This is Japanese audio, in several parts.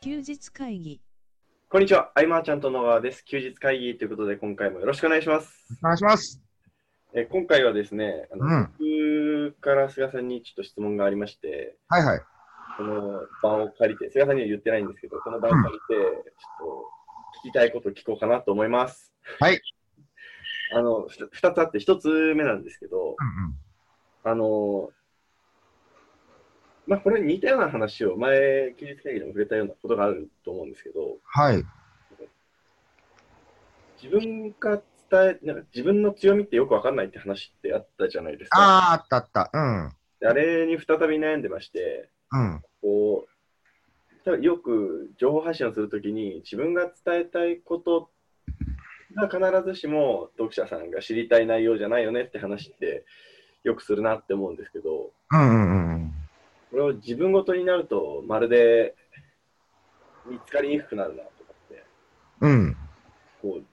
休日会議こんにちは、アイマーちゃんと野川です。休日会議ということで、今回もよろしくお願いします。お願いします。えー今回はですね、あのうん僕から菅さんにちょっと質問がありまして、はいはい。この場を借りて、菅さんには言ってないんですけど、この場を借りて、ちょっと聞きたいことを聞こうかなと思います。はい。 あの、ふた二つあって、一つ目なんですけど、あの、まあ、これ似たような話を前、休日会議でも触れたようなことがあると思うんですけど、はい。自分が伝え、なんか自分の強みってよくわかんないって話ってあったじゃないですか。ああ、あったあった。うであれに再び悩んでまして、ん。うん。こう、多分よく情報発信をするときに自分が伝えたいことが必ずしも読者さんが知りたい内容じゃないよねって話ってよくするなって思うんですけど、うんうんうんうん。これを自分ごとになるとまるで見つかりにくくなるなと思って。うん。こう、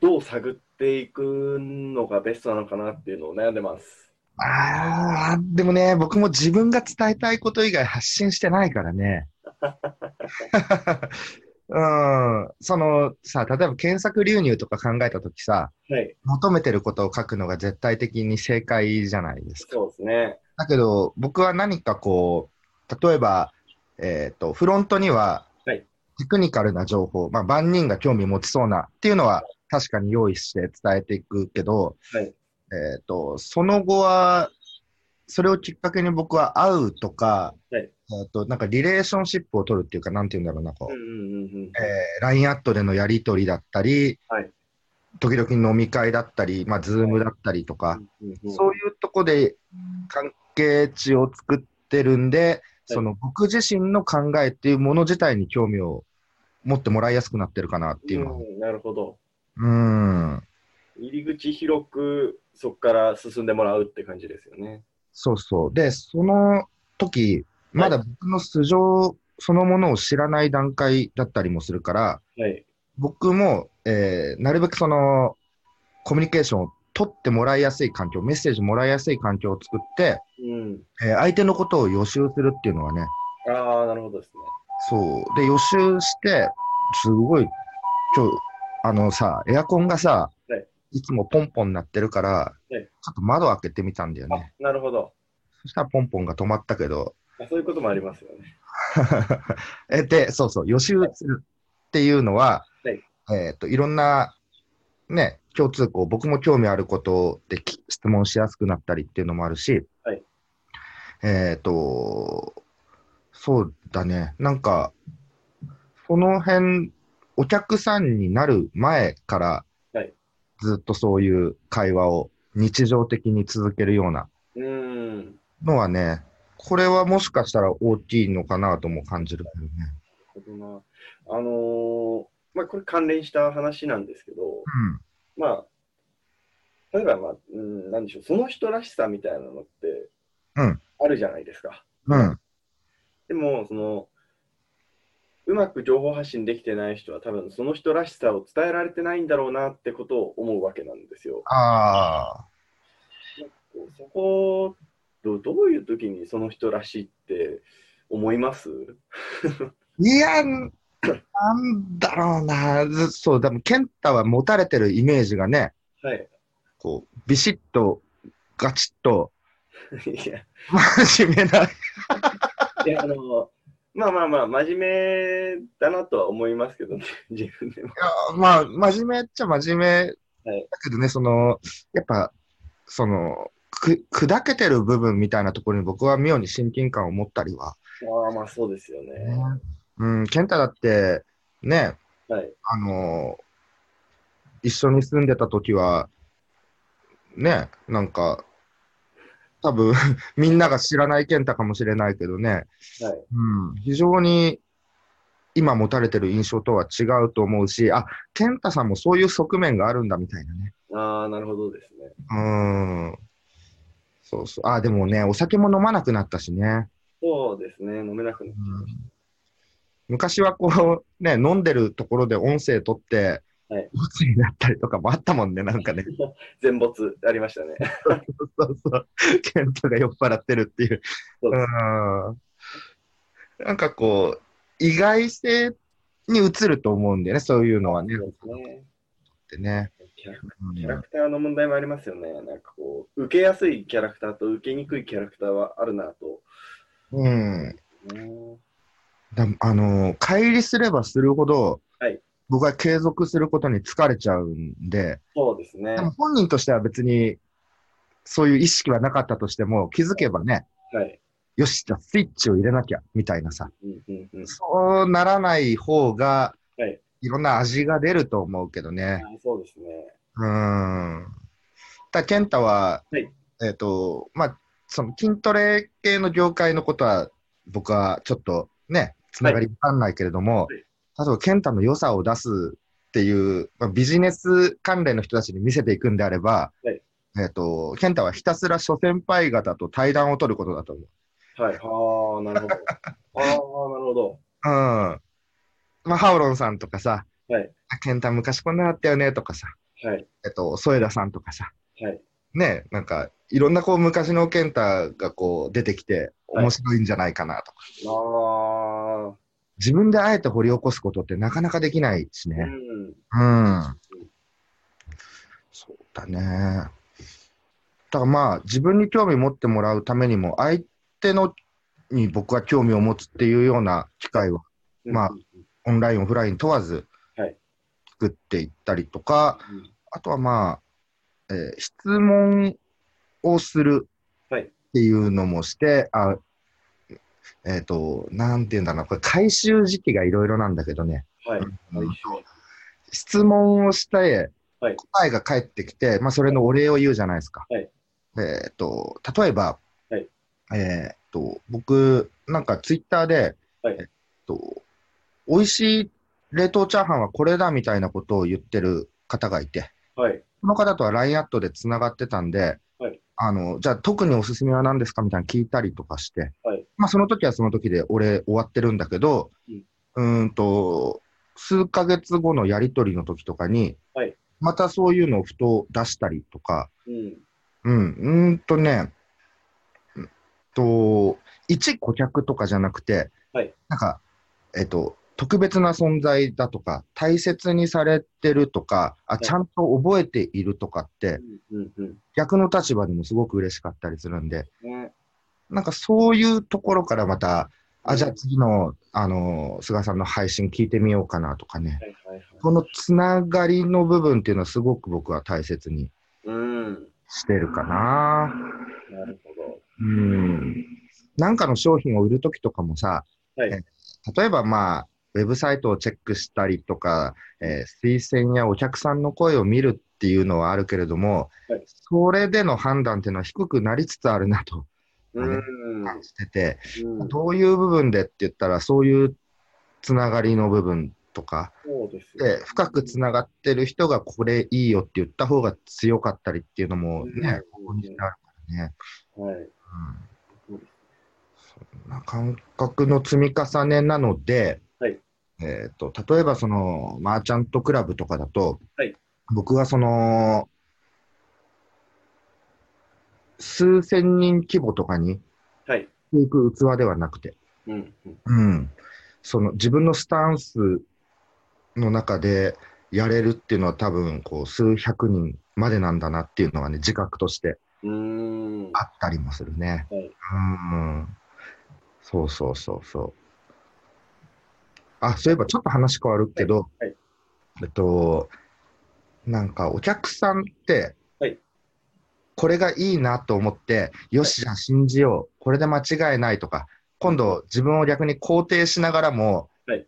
どう探っていくのがベストなのかなっていうのを悩んでます。ああ、でもね、僕も自分が伝えたいこと以外発信してないからね。 うん。そのさ、例えば検索流入とか考えたときさ、はい、求めてることを書くのが絶対的に正解じゃないですか。そうですね。だけど、僕は何かこう、例えば、えっ、と、フロントにははい、テクニカルな情報、まあ、万人が興味持ちそうなっていうのは、確かに用意して伝えていくけど、はいえっ、と、その後は、それをきっかけに僕は会うとか、はいえっと、なんかリレーションシップを取るっていうか、なんて言うんだろうな、こうう、んうんうんうん。えー LINE アットでのやり取りだったり、はい時々飲み会だったり、まあ、ズームだったりとか、うんうんうんそういうとこで関係値を作ってるんで、その僕自身の考えっていうもの自体に興味を持ってもらいやすくなってるかなっていうのは。うんなるほど。うん。入り口広く、そこから進んでもらうって感じですよね。そうそう。で、その時、まだ僕の素性そのものを知らない段階だったりもするから、はい。僕も、えーなるべくそのコミュニケーションを取ってもらいやすい環境、メッセージもらいやすい環境を作って、うん。えー相手のことを予習するっていうのはね、ああ、なるほどですね。そう。で、予習して、すごい、今日、あのさ、エアコンがさ、はいい、つもポンポン鳴ってるから、いちょっと窓開けてみたんだよあね。、なるほど。そしたらポンポンが止まったけど、あそういうこともありますよね。 えで、そうそう、予習するっていうのは、はいえっ、と、いろんな、ね、共通項、僕も興味あることでき質問しやすくなったりっていうのもあるし、はいえっ、と、そうだね、なんか、その辺、お客さんになる前から、はいずっとそういう会話を日常的に続けるようなうん。のはね、これはもしかしたら大きいのかなとも感じるけどね。なるほどな。あのーまあ、これ関連した話なんですけど、まあ、例えば、まあ、うん、なんでしょう、その人らしさみたいなのって、うんあるじゃないですか。うん。うん。でも、その、うまく情報発信できてない人は、多分その人らしさを伝えられてないんだろうなってことを思うわけなんですよ。ああ。こうそこをど、どういう時にその人らしいって思いますいや、んなんだろうな。ずそう、でも、ケンタは持たれてるイメージがね、はい。 こう、ビシッと、ガチッと、いや、真面目な。いやあの、まあまあまあ、真面目だなとは思いますけどね、自分 でも。まあ、真面目っちゃ真面目はいだけどね、その、やっぱ、その、く、砕けてる部分みたいなところに僕は妙に親近感を持ったりは。ああ、まあそうですよね。うん、ケンタだって、ね、はい。あの一緒に住んでた時は、ね、なんか、多分 みんなが知らない健太かもしれないけどね、はい。うん、非常に今持たれてる印象とは違うと思うし、あ、健太さんもそういう側面があるんだみたいなね。ああ、なるほどですね。うん。そうそう。あ、でもね、お酒も飲まなくなったしね。そうですね、飲めなくなっちゃいまし昔はこう、ね、飲んでるところで音声取って、はいボツになったりとかもあったもんね、なんかね。た全没ありましたね。 そうそう。ケントが酔っ払ってるっていう。そううでん。なんかこう、意外性に移ると思うんだよね、そういうのはね。ねってね。キャラうんキャラクターの問題もありますよね。なんかこう、受けやすいキャラクターと受けにくいキャラクターはあるなと。うん。ねだあのー、乖離すればするほど、はい僕は継続することに疲れちゃうんで、そうですね。ではも本人としては別に、そういう意識はなかったとしても、気づけばね、い。よし、じゃあスイッチを入れなきゃ、みたいなさ。うんうんうん。そうならない方が、はいい、ろんな味が出ると思うけどね。あそうですね。うん。だ健太は、はいえっ、と、まあ、その筋トレ系の業界のことは、僕はちょっとね、つながりわかんないけれどはも、い例えば健太の良さを出すっていう、まあ、ビジネス関連の人たちに見せていくんであれば、はいえっ、と、健太はひたすら諸先輩方と対談を取ることだと思う。はい。ああ、なるほど。 ああ、なるほど。うん。まあ、ハオロンさんとかさ、はいあ、ケンタ昔こんなのあったよねとかさ、はい。えっと、添田さんとかさ、はい。ね、なんか、いろんなこう、昔のケンタがこう、出てきて、はい面白いんじゃないかなとか、ああ、自分であえて掘り起こすことってなかなかできないしうね。ん。うん。そうだね。だからまあ、自分に興味持ってもらうためにも、相手のに僕は興味を持つっていうような機会はまあオンライン、オフライン問わずはい作っていったりとか、うんあとはまあ、えー質問をするはいっていうのもして、あえっ、と、なんていうんだろうな、これ回収時期がいろいろなんだけどね、はい。うんはい質問をして、はい答えが返ってきて、まあ、それのお礼を言うじゃないですか。はいえっ、と、例えば、はいえっ、と、僕、なんかツイッターで、はいえっと、美味しい冷凍チャーハンはこれだみたいなことを言ってる方がいて、はい。その方とは LINE アットでつながってたんで、はいあのじゃあ特におすすめは何ですかみたいなの聞いたりとかして、はいまあ、その時はその時で俺終わってるんだけど、うん、んと数ヶ月後のやり取りの時とかに、はいまたそういうのをふと出したりとか、うん。うん、うーんとね、うんと、一顧客とかじゃなくて、はいなんか、えっと、特別な存在だとか、大切にされてるとか、あ、いちゃんと覚えているとかって、うん。うん。逆の立場でもすごく嬉しかったりするんで、ね。なんかそういうところからまた、あ、じゃあは次の、あの、菅さんの配信聞いてみようかなとかね。いはいはい。このつながりの部分っていうのはすごく僕は大切にうん。してるかな。なるほど。うんなんかの商品を売るときとかもさ、はいえ例えばまあ、ウェブサイトをチェックしたりとか、えー推薦やお客さんの声を見るっていうのはあるけれども、はいそれでの判断っていうのは低くなりつつあるなとうん。感じてて、うんどういう部分でって言ったら、そういうつながりの部分とかそうですよで、深くつながってる人がこれいいよって言った方が強かったりっていうのもね、ここにあるからね。はい。うんそんな感覚の積み重ねなので、はいえー、と例えばそのマーチャントクラブとかだと、はい僕はその数千人規模とかにはい。行く器ではなくて、うん。うんうん、その自分のスタンスの中でやれるっていうのは多分こう数百人までなんだなっていうのがね自覚としてうーん。あったりもするね。はいうん。そうそうそうそう。あ、そういえばちょっと話変わるけど、はいはいえっと、なんかお客さんって、はいこれがいいなと思って、よし、じゃあ信じよう、これで間違いないとか、今度自分を逆に肯定しながらも、はい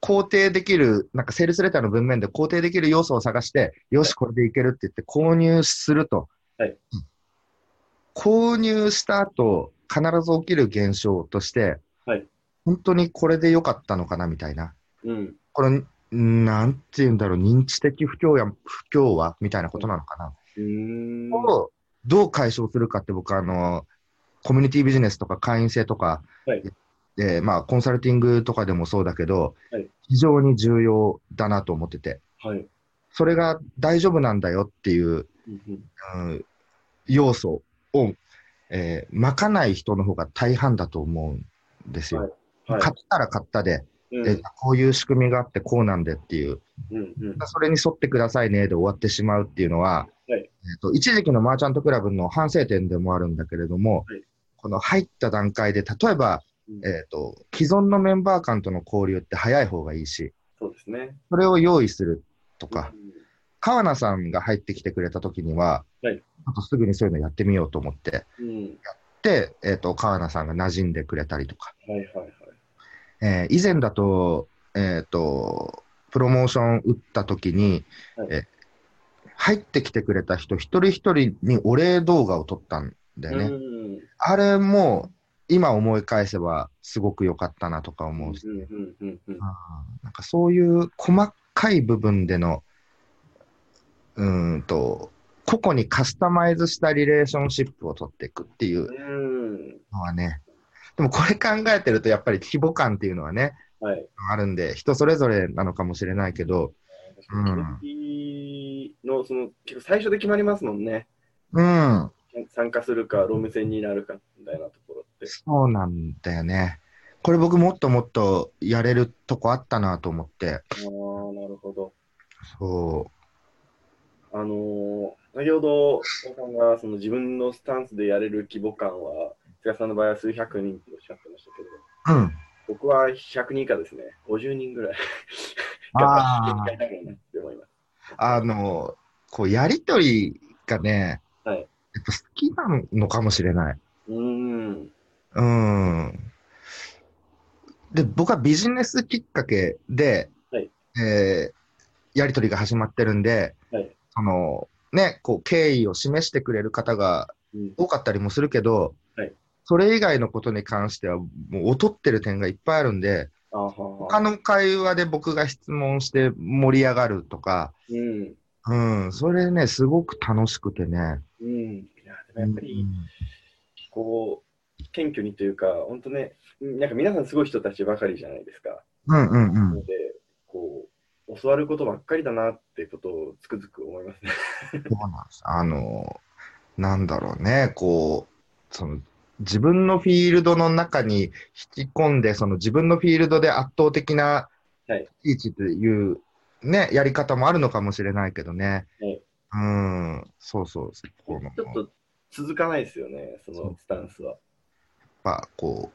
肯定できる、なんかセールスレターの文面で肯定できる要素を探して、よし、これでいけるって言って購入すると。はい購入した後、必ず起きる現象として、はい本当にこれで良かったのかなみたいな。うん。これ、んなんて言うんだろう、認知的不協や不協和みたいなことなのかな。うーん。をどう解消するかって僕あのコミュニティビジネスとか会員制とか、はいでまあ、コンサルティングとかでもそうだけど、はい非常に重要だなと思っててはい。それが大丈夫なんだよっていう、うんうんうん要素を、えーまかない人の方が大半だと思うんですよ。はい。買ったら買ったでうんでこういう仕組みがあってこうなんでっていう、うんうんそれに沿ってくださいねで終わってしまうっていうのは、はいえっと一時期のマーチャントクラブの反省点でもあるんだけれども、はいこの入った段階で、例えば、うんえっと既存のメンバー間との交流って早い方がいいし、そうですね。それを用意するとか、うん川名さんが入ってきてくれた時には、はいちょっとすぐにそういうのやってみようと思って、うん。で、えっと川名さんが馴染んでくれたりとか、はいはいはい。えー以前だと,、えっとプロモーション打った時に、はいえ入ってきてくれた人一人一人にお礼動画を撮ったんだよね、うんうんあれも今思い返せばすごく良かったなとか思うし、うんうんうんあーなんかそういう細かい部分でのうーんと個々にカスタマイズしたリレーションシップを取っていくっていううん。うん。のはねでもこれ考えてるとやっぱり規模感っていうのはねはい。あるんで人それぞれなのかもしれないけどうんいのその結構最初で決まりますもんね。うん参加するか、ロム線になるかみたいなところって。そうなんだよねこれ僕もっともっとやれるとこあったなと思ってああ、なるほど。そあのー先ほど、菅さんがその自分のスタンスでやれる規模感は、菅さんの場合は数百人っておっしゃってましたけど、ううん僕は100人以下ですね。50人ぐらい。あ頑ー張ってやりたいなって思います。あの、こう、やりとりがね、はいやっぱ好きなのかもしれない。うーん。うん。で、僕はビジネスきっかけで、はいえーやりとりが始まってるんで、はいその、ね、こう、敬意を示してくれる方がうん多かったりもするけど、はいそれ以外のことに関しては、もう劣ってる点がいっぱいあるんで、あーは他ーはーの会話で僕が質問して盛り上がるとか、うん。うん、それね、すごく楽しくてね。うん。いや、でもやっぱり、こう、謙虚にというか、本当ね、なんか皆さんすごい人たちばかりじゃないですか。うんうんなうん。ので、こう、教わることばっかりだなってことをつくづく思いますね。そうなんです。あの、なんだろうね、こう、その、自分のフィールドの中に引き込んで、その自分のフィールドで圧倒的なはい位置という、ね、やり方もあるのかもしれないけどね。はいうん、そうそう。そちこょのっと続かないですよね、そのスタンスは。やっぱこ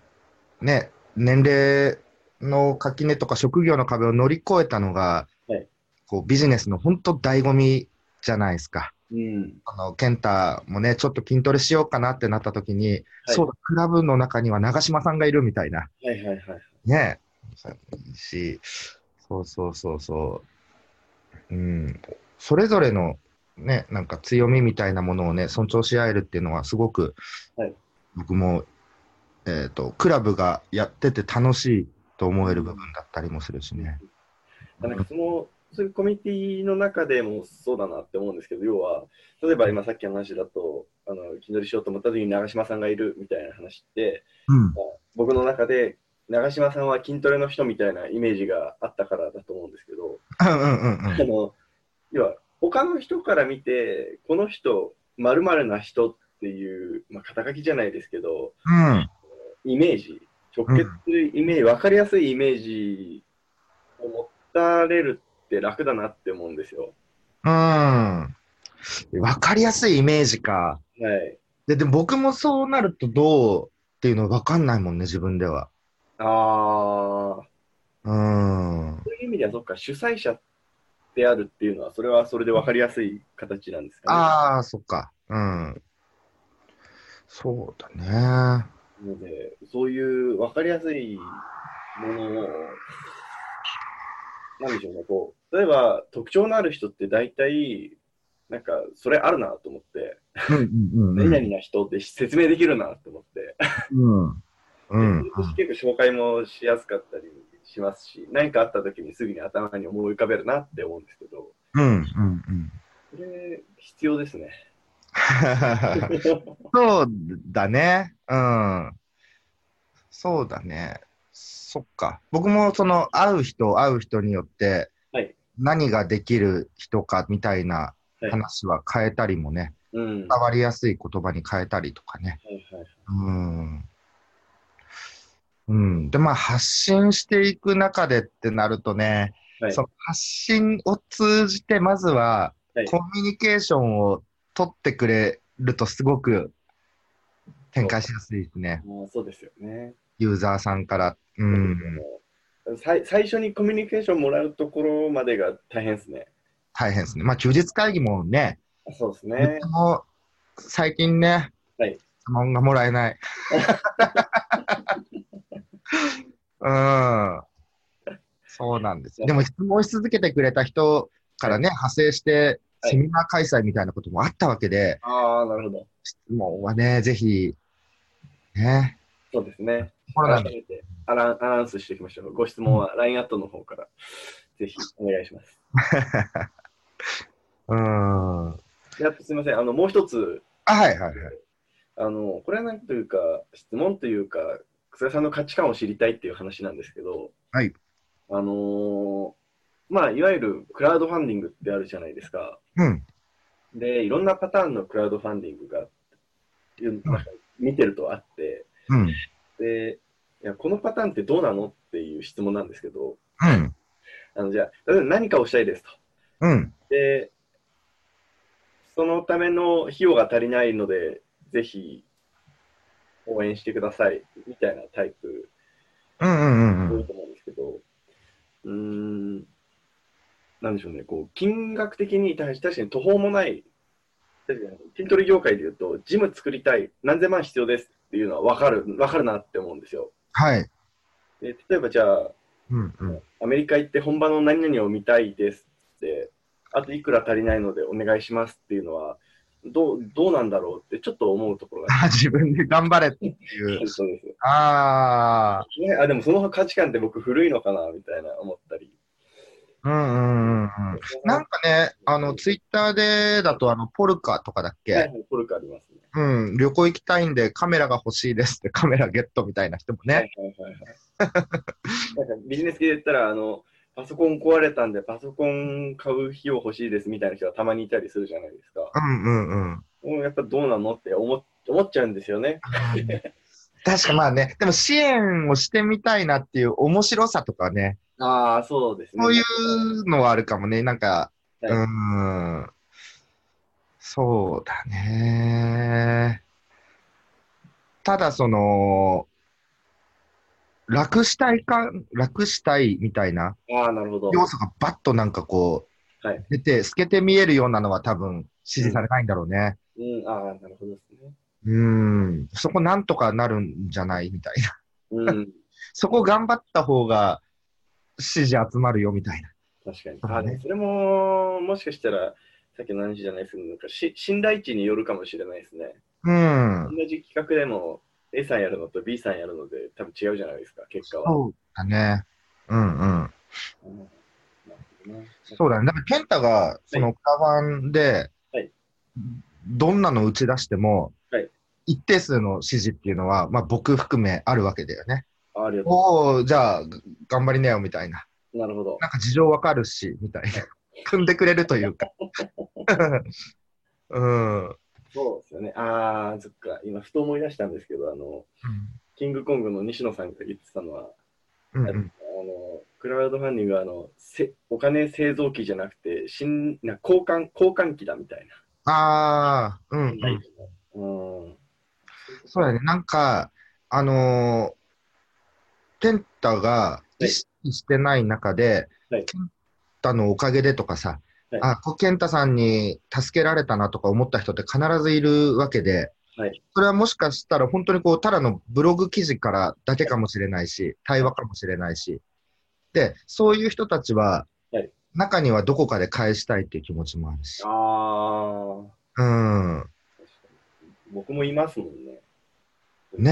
う、ね、年齢の垣根とか職業の壁を乗り越えたのが、はいこうビジネスの本当醍醐味じゃないですか。うん。あの、健太もね、ちょっと筋トレしようかなってなった時に、そうだ、クラブの中には長嶋さんがいるみたいな。はいはいはい。ね。し、そうそうそうそう。うん。それぞれのね、なんか強みみたいなものをね、尊重し合えるっていうのはすごく、はい僕も、えっ、と、クラブがやってて楽しいと思える部分だったりもするしね。なんかその、そういうコミュニティの中でもそうだなって思うんですけど、要は、例えば今さっきの話だと、あの、気取りしようと思った時に長嶋さんがいるみたいな話って、うん。僕の中で長嶋さんは筋トレの人みたいなイメージがあったからだと思うんですけど、うんうんうんうん。あの要は他の人から見てこの人まるな人っていう、まあ、肩書きじゃないですけどうん。イメージ直結するイメージ、分かりやすいイメージを持たれるって楽だなって思うんですよ。うん。わかりやすいイメージか。はい、で、でも僕もそうなるとどうっていうのわかんないもんね、自分では。ああうん。そういう意味ではそっか主催者であるっていうのはそれはそれで分かりやすい形なんですかね。ああ、そっか。うん。そうだね。ので、そういう分かりやすいものを、なんでしょうね、こう、例えば特徴のある人って大体、なんか、それあるなと思って、うん何々な人って説明できるなと思って、うん。うん。 結構紹介もしやすかったりしますし、何かあった時にすぐに頭に思い浮かべるなって思うんですけど、うん。うん。これ、必要ですね。そうだね。うん。そうだね。そっか。僕もその、会う人、会う人によってはい、何ができる人かみたいな話は変えたりもね、 うん。伝はわりやすい言葉に変えたりとかね。いはい。うん。ううん。で、まあ、発信していく中でってなるとね、はいその発信を通じて、まずははい、コミュニケーションを取ってくれると、すごく展開しやすいですね。もうそうですよね。ユーザーさんから。うん。最最初にコミュニケーションもらうところまでが大変ですね。大変ですね。まあ、休日会議もね、そうですとっねて。も最近ね、はい質問がもら えない。うん。そうなんですよ。でも質問し続けてくれた人からね、派生して、はいセミナー開催みたいなこともあったわけで、ああ、なるほど。質問はね、ぜひ、ね、そうですね。コロナ改のめてアランアナウンスしていきましょう。ご質問は LINE アットの方からぜひお願いします。うん。あ、であとすみません、あのもう一つ、はいはいはい。あのこれはなんというか、質問というか、草谷さんの価値観を知りたいっていう話なんですけど、はい。あのーまあ、いわゆるクラウドファンディングってあるじゃないですか。うん。で、いろんなパターンのクラウドファンディングが、いうなんか見てるとあって、うん。で、いやこのパターンってどうなのっていう質問なんですけど、うん。あのじゃあ、例えば何かをしたいですと。うん。で、そのための費用が足りないので、ぜひ応援してくださいみたいなタイプうんうんうんう多いん。と思うんですけど、うーん、なんでしょうね、こう金額的に対して確かに途方もない、確かに筋トレ業界でいうと、ジム作りたい、何千万必要ですっていうのは分かる分かるなって思うんですよ。はい。で例えばじゃあ、うんうん。アメリカ行って本場の何々を見たいですって、あといくら足りないのでお願いしますっていうのは、どうどうなんだろうってちょっと思うところがああ 自分で頑張れっているう。そうですああ。ね、あでもその価値観って僕古いのかなみたいな思ったり。うんうんうんうん。なんかね、あの、ツイッターでだと、あの、ポルカとかだっけ、はいはいポルカありますね。うん、旅行行きたいんでカメラが欲しいですって、カメラゲットみたいな人もね。はいはいはいはい。なんかビジネス系で言ったらあの、パソコン壊れたんでパソコン買う費用欲しいですみたいな人がたまにいたりするじゃないですか。うんうん うん。もうやっぱどうなのって思っ思っちゃうんですよね。確かまあね、でも支援をしてみたいなっていう面白さとかね、ああ、そうですね。そういうのはあるかもね、なんか、はいうーん。そうだね。ただ、その、楽したいか、楽したいみたいなああ、なるほど。要素がバッとなんかこう、はい出て、透けて見えるようなのは多分支持されないんだろうね。うん、ああ、なるほどです ね。うん、そこなんとかなるんじゃないみたいな。うん、そこ頑張った方が支持集まるよみたいな。確かに。そうあでねもそれも、もしかしたら、さっきの話じゃないですけど、なんかし信頼値によるかもしれないですね。うん。同じ企画でも、A さんやるのと B さんやるので、多分違うじゃないですか、結果は。そうだね。うんううん。んなるほどねそうだね。だから、健太が、その、カバンで、はいどんなの打ち出しても、はい一定数の支持っていうのは、まあ、僕含めあるわけだよね。あありがとおおじゃあ、頑張りなよ、みたいな。う。なるほど。なんか事情わかるし、みたいな。 組んでくれると いうか。うん。うんそうですよね。ああ、そっか。今、ふと思い出したんですけど、あの、キングコングの西野さんが言ってたのは、うんあのクラウドファンディングはあのせお金製造機じゃなくて新な交換交換機だみたいああ、うん、な。うん。うんそうだね。なんか、あのー、健太が意識してない中で、はい健太のおかげでとかさ、はいあ、こう健太さんに助けられたなとか思った人って必ずいるわけで、はいそれはもしかしたら本当にこう、ただのブログ記事からだけかもしれないし、対話かもしれないし、で、そういう人たちは、はい中にはどこかで返したいっていう気持ちもあるし、ああ、うん、僕もいますもんね。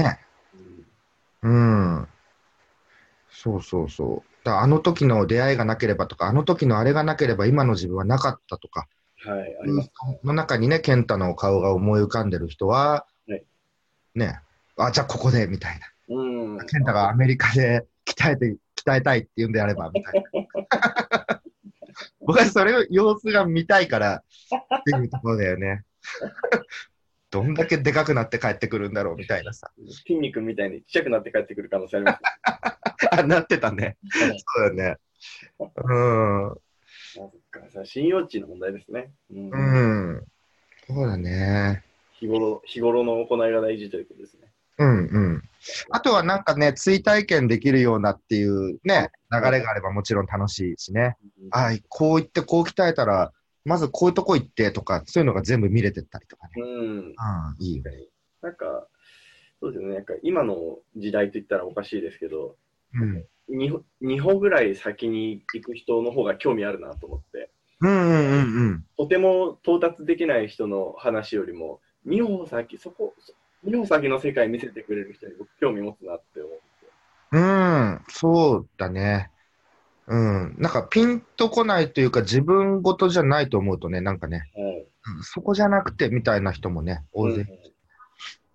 ね。うんうん。そうそうそう。だからあの時の出会いがなければとか、あの時のあれがなければ今の自分はなかったとか、はい、あります。の中にね、健太の顔が思い浮かんでる人は、はいね、あ、じゃあここでみたいな。うん。健太がアメリカで鍛えて、鍛えたいって言うんであれば、みたいな。僕はそれを様子が見たいからっていうところだよね。どんだけでかくなって帰ってくるんだろうみたい なさ。筋肉みたいにちっちゃくなって帰ってくる可能性ありまあ、なってたね。す、 ねそうだよね。うん。なんかさ信用値の問題ですね。うんうん。そうだね。日頃日頃の行いが大事ということですね。うんうん。あとはなんかね、追体験できるようなっていうね、流れがあればもちろん楽しいしね。はい、こう言ってこう鍛えたら、まずこういうとこ行ってとか、そういうのが全部見れてったりとかね。うん、うん、いいよね。なんか、そうですね、なんか今の時代といったらおかしいですけど、うん。 2歩二歩ぐらい先に行く人の方が興味あるなと思って、うんうんうんうん。とても到達できない人の話よりも、2歩先、そこ、そ二歩先の世界見せてくれる人に僕興味持つなって思う。うん、そうだね。うん、なんかピンとこないというか、自分事じゃないと思うとね、なんかね、はいうんそこじゃなくてみたいな人もね、大勢。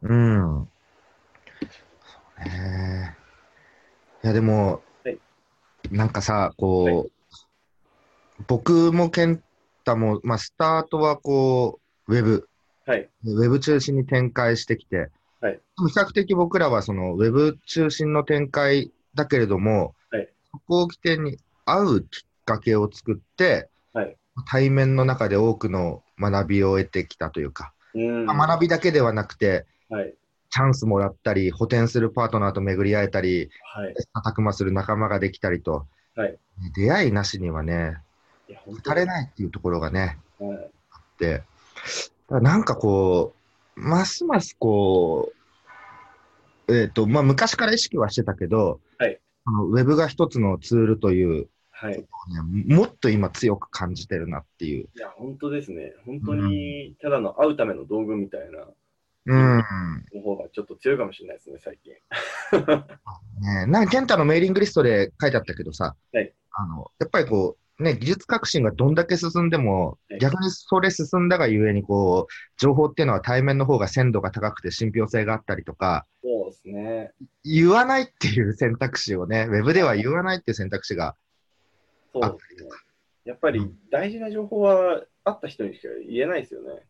うんうん。そうね。いや、でも、はいなんかさ、こう、は僕も健太も、まあ、スタートはこう、ウェブ、はい、ウェブ中心に展開してきて、はいでも比較的僕らはそのウェブ中心の展開だけれども、はいそこを起点に合うきっかけを作って、はい対面の中で多くの学びを得てきたというか、うん、まあ学びだけではなくて、はい、チャンスもらったり、補填するパートナーと巡り会えたり、はい。たくまする仲間ができたりと、はい出会いなしにはね、いや、語れい。ないっていうところがね、はいって、だからなんかこう、ますますこう、えっ、と、まあ、昔から意識はしてたけど、はいあのウェブが一つのツールという、はいねもっと今強く感じてるなっていう。いや、本当ですね。本当に、ただの会うための道具みたいなうん。の方がちょっと強いかもしれないですね、最近。ね、なんか、健太のメーリングリストで書いてあったけどさ、はいあのやっぱりこう、ね、技術革新がどんだけ進んでも、はい逆にそれ進んだがゆえにこう、情報っていうのは対面の方が鮮度が高くて信憑性があったりとか、そうですね。言わないっていう選択肢 をね、ウェブでは言わないっていう選択肢が、そうですね。やっぱり大事な情報は会った人にしか言えないですよね。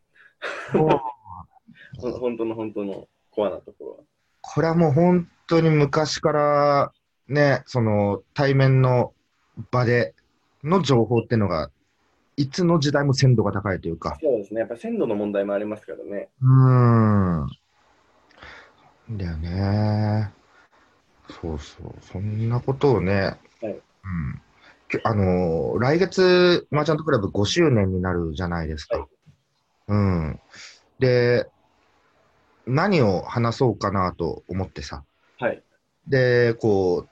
ほん本当の本当のコアなとここれはもう本当に昔からね、その対面の場での情報っていうのが、いつの時代も鮮度が高いというかろは。。そうですね。やっぱ鮮度の問題もありますからね。うーん。だよね。そうそう。そんなことをね。いうん。きあのー来月、マーチャントクラブ5周年になるじゃないですか。はいうん。で、何を話そうかなと思ってさ。はい。で、こう、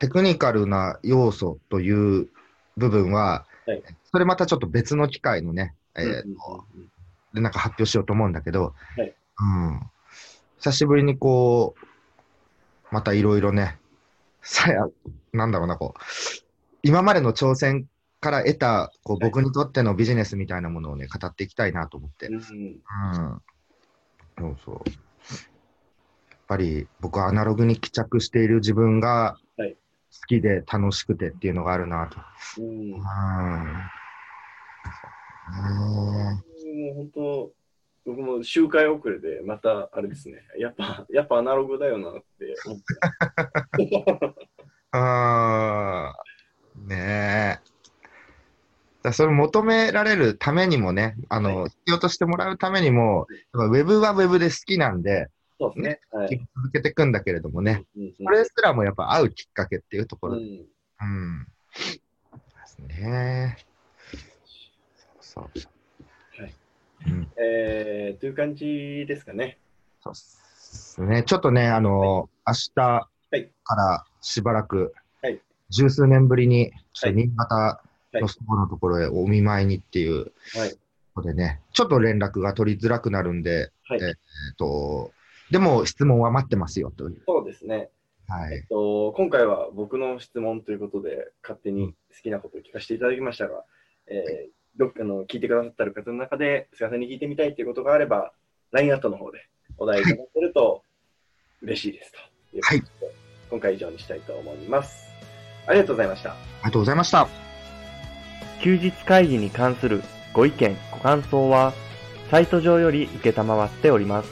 テクニカルな要素という部分は、はいそれまたちょっと別の機会のね、えーうんでなんか発表しようと思うんだけど、はいうん、久しぶりにこうまたいろいろねさやなんだろうなこう今までの挑戦から得たこうはい僕にとってのビジネスみたいなものをね語っていきたいなと思って、うんうんうん、そうそうやっぱり僕はアナログに帰着している自分がは好いきで楽しくてっていうのがあるなと。うんうんうんうんもう本当、僕も周回遅れで、またあれですね。やっぱ、やっぱアナログだよなって思って。あーねえ。だからそれ求められるためにもね、あの、必要としてもらうためにも、やっぱウェブはウェブで好きなんで、そうですね。は続い。けていくんだけれどもね、うんそれすらもやっぱ会うきっかけっていうとこうろ。んううん。んですね。そうそう。はいうん、えー、という感じですかね。そうですね。ちょっとね、あの、明日はいからしばらく、はい十数年ぶりに、ちょっとは新潟の祖母のところへお見舞いにっていう、はい。ここでね、ちょっと連絡が取りづらくなるんで、はいえっと、でも質問は待ってますよという。そうですね。はえいっ。と、今回は僕の質問ということで、勝手に好きなことを聞かせていただきましたが、えーどっかの聞いてくださってる方の中で、菅さんに聞いてみたいということがあれば、LINE アットの方でお題いただけると嬉しいですということで、今回以上にしたいと思います。ありがとうございました。ありがとうございました。休日会議に関するご意見、ご感想は、サイト上より受けたまわっております。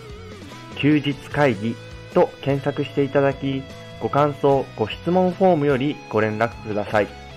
休日会議と検索していただき、ご感想、ご質問フォームよりご連絡ください。